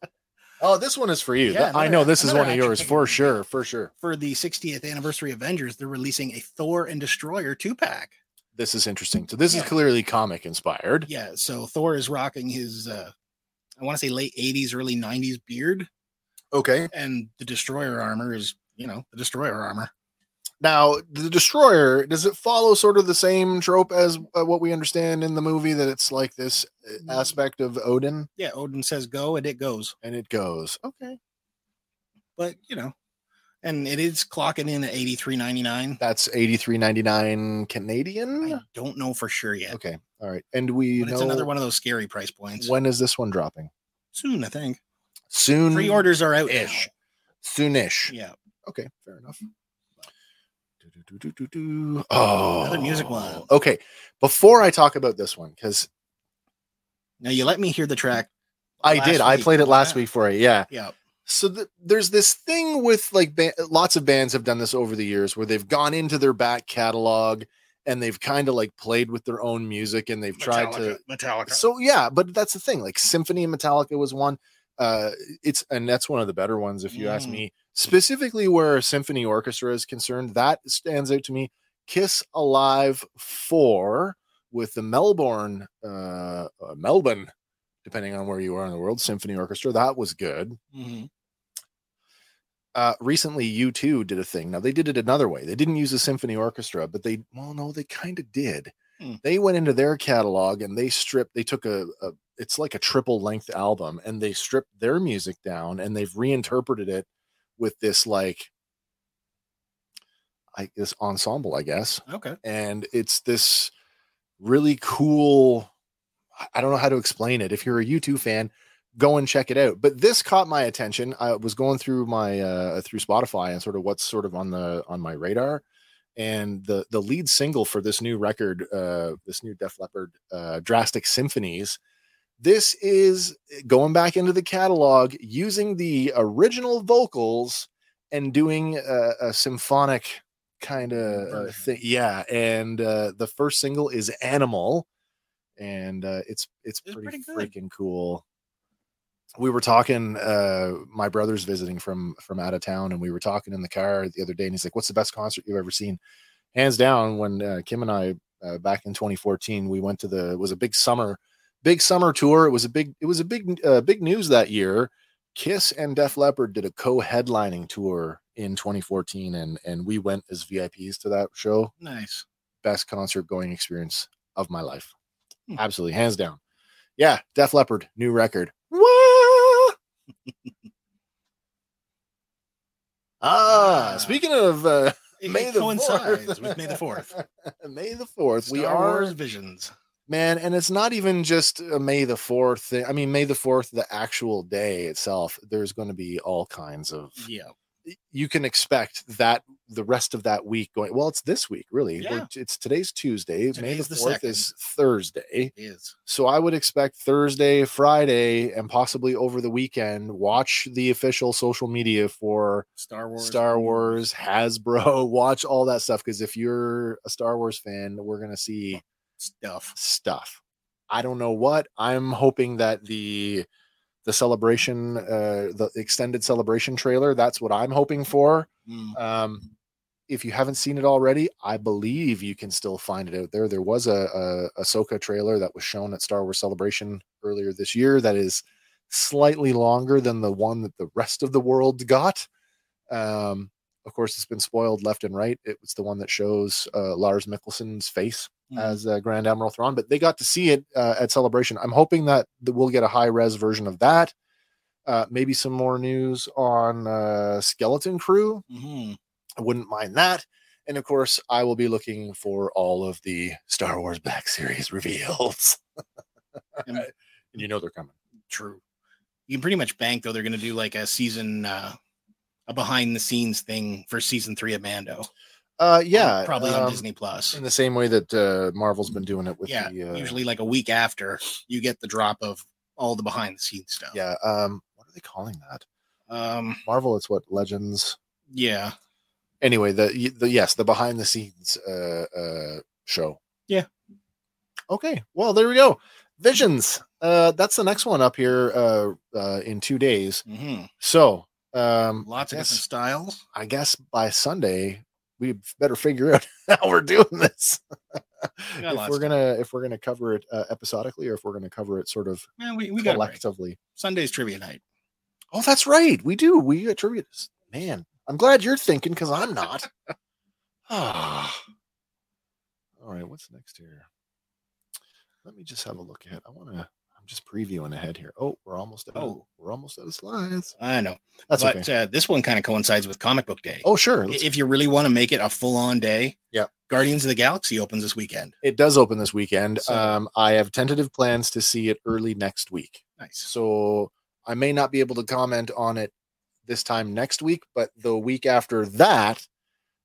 oh, this one is for you. Yeah, Th- I know another- this is one another of action yours figure for movie. sure, for sure. for the 60th anniversary Avengers, they're releasing a Thor and Destroyer two pack. This is interesting. So this Yeah. is clearly comic inspired. Yeah, so Thor is rocking his, uh, I want to say late 80s, early 90s beard, Okay. and the Destroyer armor is, you know, the Destroyer armor. Now, the destroyer does it follow sort of the same trope as uh, what we understand in the movie that it's like this uh, Mm. aspect of Odin Yeah, Odin says go and it goes, and it goes. Okay. but you know, and it is clocking in at 83.99. That's 83.99 Canadian. I don't know for sure yet, Okay. All right. And we but know it's another one of those scary price points. when is this one dropping? Soon, I think. Soon. Pre-orders are out. now. ish. Soonish. Yeah. Mm-hmm. Okay, fair enough. Do-do-do-do-do. Oh, Another music one. Okay, before I talk about this one, because Now you let me hear the track. I last did, I week. played it last Yeah. week for you. Yeah. Yeah. So th- there's this thing with like ba- lots of bands have done this over the years where they've gone into their back catalog and they've kind of like played with their own music and they've tried to Metallica. So yeah, but that's the thing. Like Symphony and Metallica was one. Uh, it's and that's one of the better ones, if you ask Mm. me. Specifically, where a symphony orchestra is concerned, that stands out to me. Kiss Alive Four with the Melbourne, uh, uh, Melbourne, depending on where you are in the world, symphony orchestra. That was good. Mhm. Uh, recently, U2 did a thing. Now they did it another way. They didn't use a symphony orchestra, but they well, no, they kind of did. Hmm. They went into their catalog and they stripped. They took a, a it's like a triple length album, and they stripped their music down and they've reinterpreted it with this like, I this ensemble, I guess Okay. and it's this really cool i don't know how to explain it if you're a u2 fan go and check it out. But this caught my attention. I was going through my uh, through Spotify and sort of what's sort of on the on my radar, and the the lead single for this new record, uh, this new Def Leppard, uh, "Drastic Symphonies." This is going back into the catalog using the original vocals and doing a, a symphonic kind of uh, thing. Yeah, and uh, the first single is "Animal," and uh, it's it's It's pretty, pretty freaking cool. We were talking. Uh, my brother's visiting from from out of town, and we were talking in the car the other day, and he's like, "What's the best concert you've ever seen?" Hands down, when uh, Kim and I uh, back in 2014, we went to the it was a big summer big summer tour. It was a big it was a big uh, big news that year. Kiss and Def Leppard did a co-headlining tour in 2014, and and we went as VIPs to that show. Nice. Best concert going experience of my life, Hmm. absolutely hands down. Yeah, Def Leppard new record. Wah! ah, Ah. speaking of uh, It, May it the coincides 4th. with May the Fourth. May the Fourth, we Star are Wars visions. man and it's not even just uh, may the 4th thing. i mean may the 4th the actual day itself there's going to be all kinds of Yeah. you can expect that the rest of that week going well it's this week really Yeah. We're- it's today's tuesday may the Today's the 4th is thursday It is. so i would expect thursday friday and possibly over the weekend watch the official social media for Star Wars. Star Wars, Hasbro, watch all that stuff. Because if you're a Star Wars fan, we're gonna see stuff. stuff. I don't know what. I'm hoping that the the celebration, uh, the extended celebration trailer. That's what I'm hoping for. Mm. Um, if you haven't seen it already, I believe you can still find it out there. There was a, a Ahsoka trailer that was shown at Star Wars Celebration earlier this year that is slightly longer than the one that the rest of the world got. Um, of course, it's been spoiled left and right. It was the one that shows uh, Lars Mickelson's face Mm. as uh, Grand Admiral Thrawn, but they got to see it uh, at Celebration. I'm hoping that th- we'll get a high res version of that. Uh, maybe some more news on uh, Skeleton Crew. Mhm. I wouldn't mind that. And of course, I will be looking for all of the Star Wars Black Series reveals. and And- you know they're coming. True. You can pretty much bank though they're going to do like a season, uh, a behind the scenes thing for season three of Mando. Um, Uh, yeah, probably on um, Disney Plus. in the same way that uh, Marvel's been doing it with Yeah, the uh, Usually, like a week after, you get the drop of all the behind the scenes stuff. yeah. Um, what are they calling that? Um. Marvel. It's what Legends. Yeah. Anyway, the the yes, the behind the scenes uh, uh, show. Yeah. Okay. Well, there we go. Visions. Uh, that's the next one up here uh, uh, in two days. Mhm. So, um, Lots of Yes. different styles. I guess by Sunday we better figure out how we're doing this. got if lots we're to gonna if we're gonna cover it uh, episodically, or if we're gonna cover it sort of Man, we we got it right. collectively. Sunday's trivia night. Oh, that's right. We do. We attribute. this. Man, I'm glad you're thinking because I'm not. Ah. All right. What's next here? Let me just have a look at. I want to. I'm just previewing ahead here. Oh, we're almost. Out Oh. we're almost out of slides. I know, That's but okay. uh, this one kind of coincides with Comic Book Day. Oh, sure. I- let's- if you really want to make it a full on day, Yeah. Guardians of the Galaxy opens this weekend. It does open this weekend. So- um, I have tentative plans to see it early next week. Nice. So I may not be able to comment on it this time next week, but the week after that,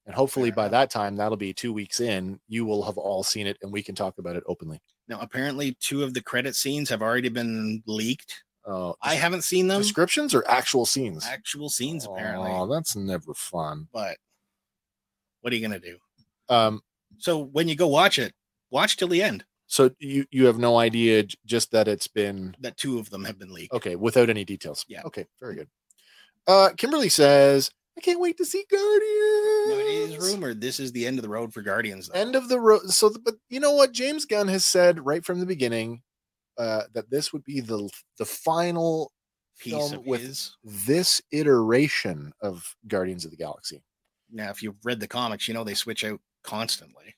and hopefully Fair by enough. that time, that'll be two weeks in, you will have all seen it and we can talk about it openly. Now, apparently, two of the credit scenes have already been leaked. Uh, I haven't seen them. descriptions or actual scenes? Actual scenes, apparently. Oh, that's never fun. But what are you gonna do? Um, So when you go watch it, watch till the end. so you you have no idea j- just that it's been That two of them have been leaked. Okay, without any details. Yeah. Okay, very good. Uh Kimberly says, I can't wait to see Guardians. Now, it is rumored this is the end of the road for Guardians. Though. End of the road. So, th- but you know what? James Gunn has said right from the beginning uh, that this would be the the final piece film of with his. this iteration of Guardians of the Galaxy. Now, if you've read the comics, you know they switch out constantly.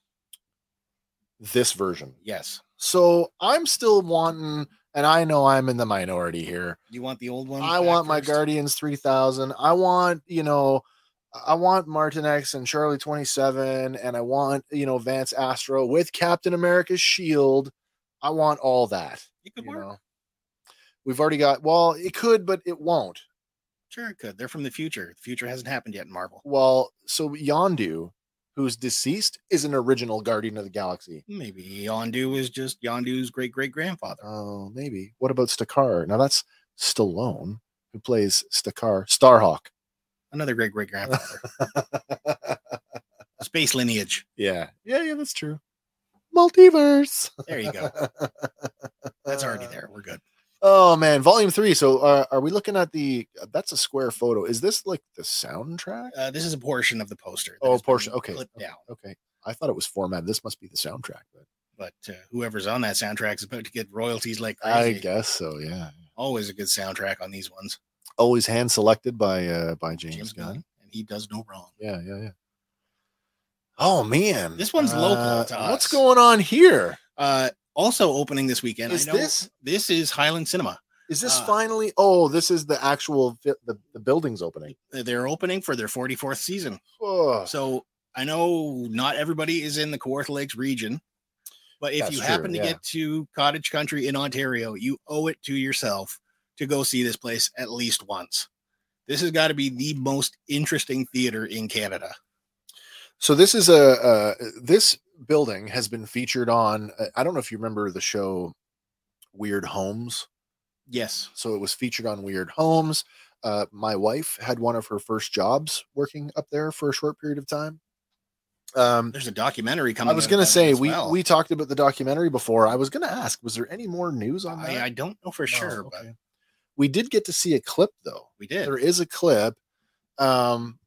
This version. Yes. So I'm still wanting, and I know I'm in the minority here. You want the old one? I back want my first? Guardians 3000. I want, you know, I want Martin X and Charlie 27, and I want, you know, Vance Astro with Captain America's shield. I want all that. You could you work. know? We've already got. Well, it could, but it won't. Sure, it could. They're from the future. The future hasn't happened yet in Marvel. Well, so Yondu, who's deceased, is an original Guardian of the Galaxy. Maybe Yondu is just Yondu's great great grandfather. Oh, maybe. What about Stakar? Now that's Stallone, who plays Stakar, Starhawk. Another great great grandfather. Space lineage. yeah, yeah, yeah. That's true. Multiverse. There you go. That's Uh. already there. We're good. Oh man, volume three. So uh, are we looking at the? That's a square photo. Is this like the soundtrack? Uh, this is a portion of the poster. that Oh, a has been portion. Okay. clipped down. Okay, I thought it was format. This must be the soundtrack. But But uh, whoever's on that soundtrack is about to get royalties like I crazy. guess so. Yeah. Always a good soundtrack on these ones. Always hand selected by uh by James, Gunn. and he does no wrong. Yeah, yeah, yeah. Oh man, This one's local Uh, to What's us. going on here? Uh, also opening this weekend. Is I know this- this is Highland Cinema. Is this Uh, finally? Oh, this is the actual fi- the, the building's opening. They're opening for their 44th season. Oh, So I know not everybody is in the Kawartha Lakes region, but if That's you true, happen to yeah. get to Cottage Country in Ontario, you owe it to yourself to go see this place at least once. This has got to be the most interesting theater in Canada. So this is a uh, this building has been featured on. uh, I don't know if you remember the show Weird Homes. Yes. So it was featured on Weird Homes. Uh, my wife had one of her first jobs working up there for a short period of time. Um, There's a documentary coming. I was out gonna about it say as we well. we talked about the documentary before. I was gonna ask, was there any more news on that? I, I don't know for No, sure, but okay. we did get to see a clip though. we did. There is a clip. Um,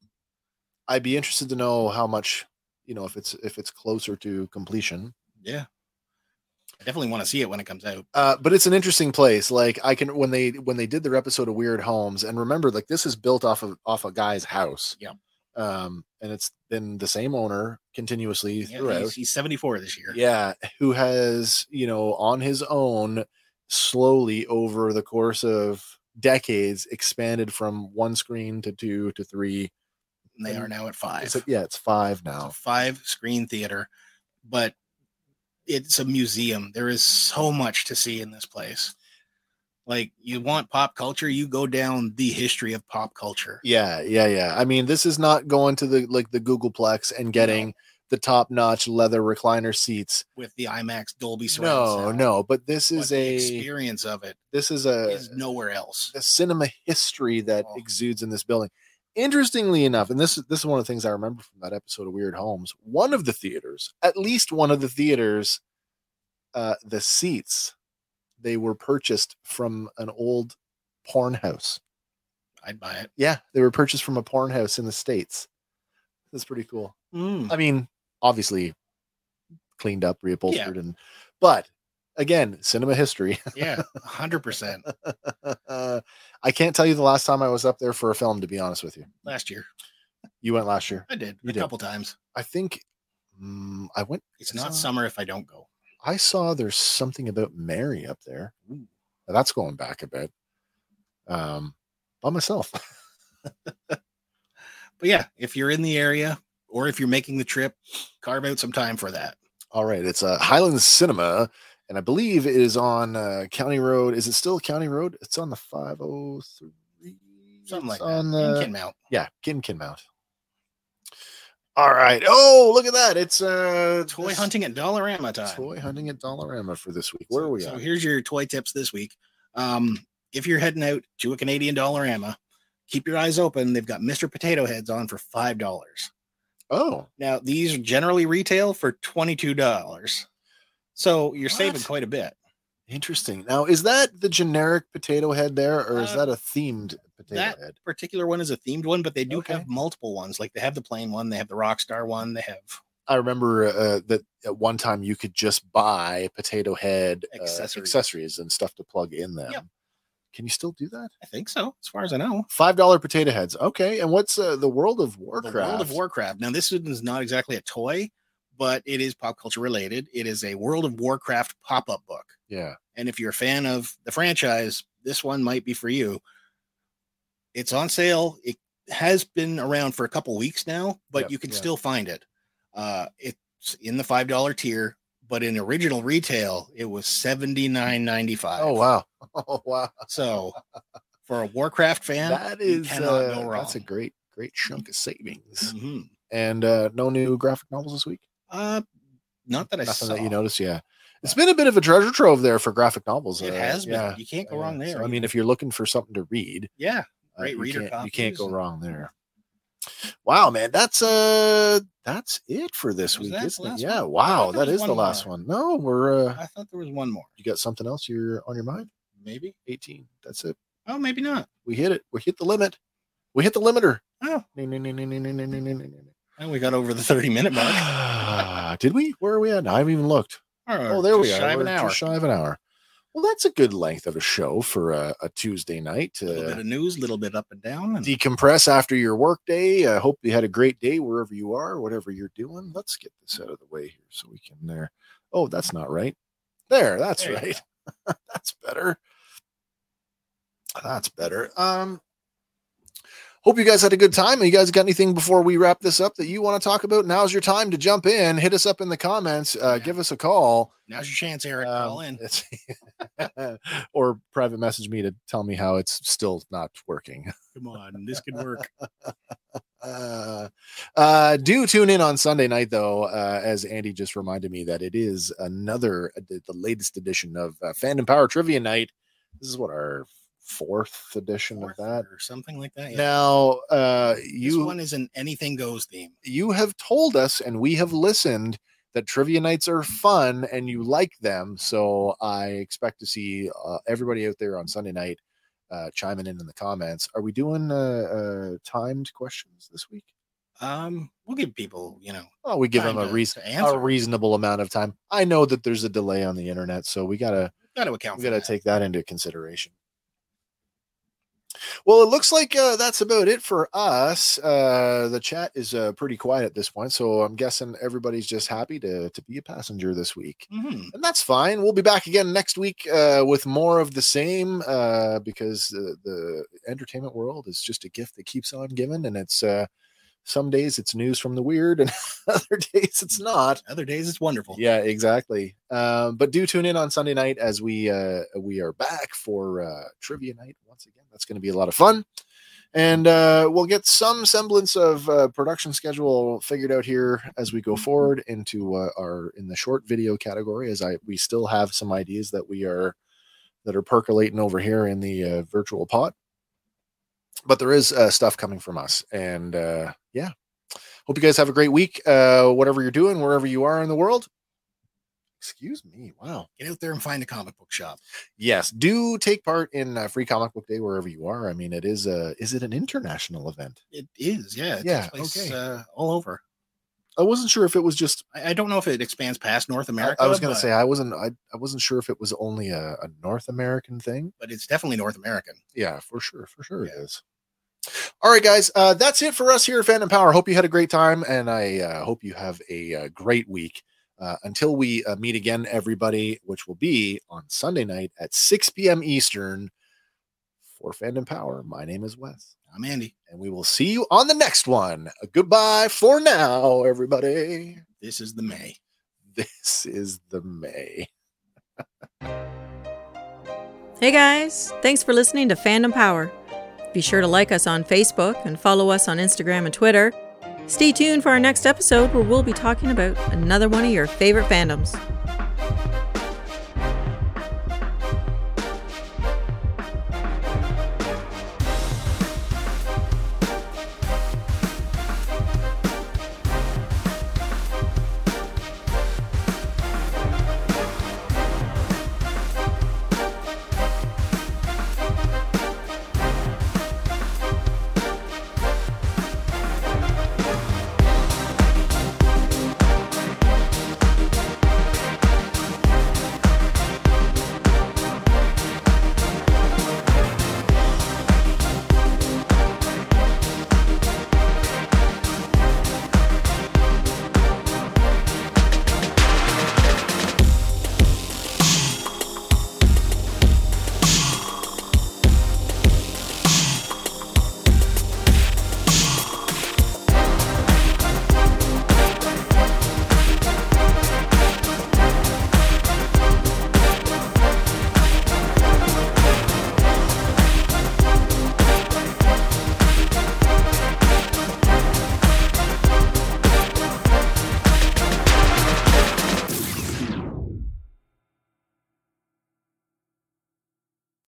I'd be interested to know how much you know if it's if it's closer to completion. Yeah. I definitely want to see it when it comes out. Uh, but it's an interesting place. Like I can when they when they did their episode of Weird Homes, and remember, like this is built off of off a guy's house. Yeah. Um, and it's been the same owner continuously Yeah, throughout. he's, he's 74 this year. Yeah, who has, you know, on his own slowly over the course of decades expanded from one screen to two to three. And they are now at five. It's like- yeah, it's five It's a now. five screen theater, but it's a museum. There is so much to see in this place. Like you want pop culture, you go down the history of pop culture. Yeah, yeah, yeah. I mean, this is not going to the like the Googleplex and getting the top-notch leather recliner seats. with the IMAX Dolby surround No, sound. no, but this But is the a uh, experience of it this is a is nowhere else. the cinema history that Oh. exudes in this building. Interestingly enough, and this is this is one of the things I remember from that episode of Weird Homes. One of the theaters, at least one of the theaters, uh, the seats they were purchased from an old porn house. I'd buy it. Yeah, they were purchased from a porn house in the states. That's pretty cool. I mean, obviously cleaned up, reupholstered, and but again, cinema history. Uh, Yeah, hundred percent. I can't tell you the last time I was up there for a film, to be honest with you. Last year You went last year. I did You a did. couple times. I think mm, I went. It's not It's, uh, summer if I don't go. I saw there's something about Mary up there. Now, that's going back a bit. Um, by myself. But yeah, if you're in the area or if you're making the trip, carve out some time for that. All right, it's uh, Highlands Cinema, and I believe it is on uh, County Road. Is it still County Road? It's on the 503. Something like It's on that. the In Kinmount. yeah, Kinkin Mount. All right. Oh, look at that! It's uh, Toy this- hunting at Dollarama time. Toy hunting at Dollarama for this week. Where So- are we So at? here's your toy tips this week. Um, if you're heading out to a Canadian Dollarama, keep your eyes open. They've got Mr. Potato Heads on for five dollars. Oh, Now these generally retail for twenty two dollars, so you're saving What? quite a bit. Interesting. Now, is that the generic potato head there, or is Uh, that a themed potato that- head? Particular one is a themed one, but they do Okay. have multiple ones. Like they have the plain one, they have the Rockstar one, they have I remember uh, that at one time you could just buy potato head uh, Accessories. accessories and stuff to plug in them. Yep. Can you still do that? I think so, as far as I know. Five dollar potato heads. Okay, and what's uh, the World of Warcraft? The World of Warcraft. Now, this one is not exactly a toy, but it is pop culture related. It is a World of Warcraft pop up book. Yeah. And if you're a fan of the franchise, this one might be for you. It's on sale. It has been around for a couple weeks now, but Yep, you can yeah. still find it. Uh, it's in the $5 tier, but in original retail, it was seventy nine ninety five. Oh wow! Oh wow! So for a Warcraft fan, that you is cannot uh, go wrong. that's a great great chunk of savings. Mhm. And uh, no new graphic novels this week. Uh, not that I Nothing saw. that you notice. Yeah, it's been a bit of a treasure trove there for graphic novels. It uh, has been. yeah, you can't go wrong yeah. there. So, I mean, if you're looking for something to read, yeah, uh, Great you reader can't, you can't copies go and- wrong there. Wow, man, that's uh that's it for this Was week, that the isn't it? last Yeah, one? I wow, thought there that is was the one last more. one. No, we're uh I thought there was one more. you got something else you're on your mind? Maybe. 18. That's it. Oh, maybe not. We hit it. We hit the limit. We hit the limiter. Oh. Nee, nee, nee, nee, nee, nee, nee, nee, nee, nee, And we got over the thirty minute mark. nee. Ah, Did we? Where are we at? I haven't even looked. Or Oh, there we just are. Shy of an We're hour. Just shy of an hour. Well, that's a good length of a show for a, a Tuesday night A little to bit of news, a little bit up and down. And decompress after your workday. I hope you had a great day wherever you are, whatever you're doing. Let's get this out of the way here so we can there. Oh, that's not right. There, that's There you right. that's better. That's better. Um Hope you guys had a good time. You guys got anything before we wrap this up that you want to talk about? Now's your time to jump in. Hit us up in the comments. Uh, Yeah. Give us a call. now's your chance, Eric. Um, Call in. it's- or private message me to tell me how it's still not working. Come on, this could work. Uh, uh, do tune in on Sunday night, though, uh, as Andy just reminded me that it is another, uh, the, the latest edition of uh, Fandom Power Trivia Night. This is what our fourth edition Fourth of that. or something like that. Yeah. Now, uh, this you one is an anything goes theme. you have told us and we have listened that trivia nights are fun and you like them. So I expect to see uh, everybody out there on Sunday night uh, chiming in in the comments. Are we doing uh, uh, timed questions this week? Um, we'll give people, you know, Oh, we give time them a to- reason. to A answer. reasonable amount of time. I know that there's a delay on the internet, so we gotta got to account. we for gotta that. take that into consideration. Well, it looks like uh, that's about it for us. Uh, the chat is uh, pretty quiet at this point, so I'm guessing everybody's just happy to to be a passenger this week, Mhm. and that's fine. We'll be back again next week uh, with more of the same uh, because the, the entertainment world is just a gift that keeps on giving, and it's uh, some days it's news from the weird, and other days it's not. Other days it's wonderful. Yeah, exactly. Um, but do tune in on Sunday night as we uh, we are back for uh, trivia night once again. That's going to be a lot of fun, and uh, we'll get some semblance of uh, production schedule figured out here as we go forward into uh, our in the short video category. As I we still have some ideas that we are that are percolating over here in the uh, virtual pot, but there is uh, stuff coming from us, and uh, yeah. Hope you guys have a great week, uh, whatever you're doing, wherever you are in the world excuse me wow Get out there and find a comic book shop. yes do take part in uh, free comic book day wherever you are i mean it is a is it an international event It is, yeah, it Yeah, takes place, okay. uh, all over. i wasn't sure if it was just I, I don't know if it expands past North I, America. I was gonna but- say i wasn't I, I wasn't sure if it was only a, a north american thing but it's definitely North American. yeah for sure for sure it Yeah. is all right guys uh, that's it for us here at phantom power hope you had a great time and i uh, hope you have a uh, great week uh, until we uh, meet again everybody which will be on sunday night at 6 p.m eastern for phantom power my name is wes I'm Andy. and we will see you on the next one. Goodbye for now, everybody. This is the May. This is the May. Hey guys, thanks for listening to Fandom Power. Be sure to like us on Facebook and follow us on Instagram and Twitter. Stay tuned for our next episode where we'll be talking about another one of your favorite fandoms.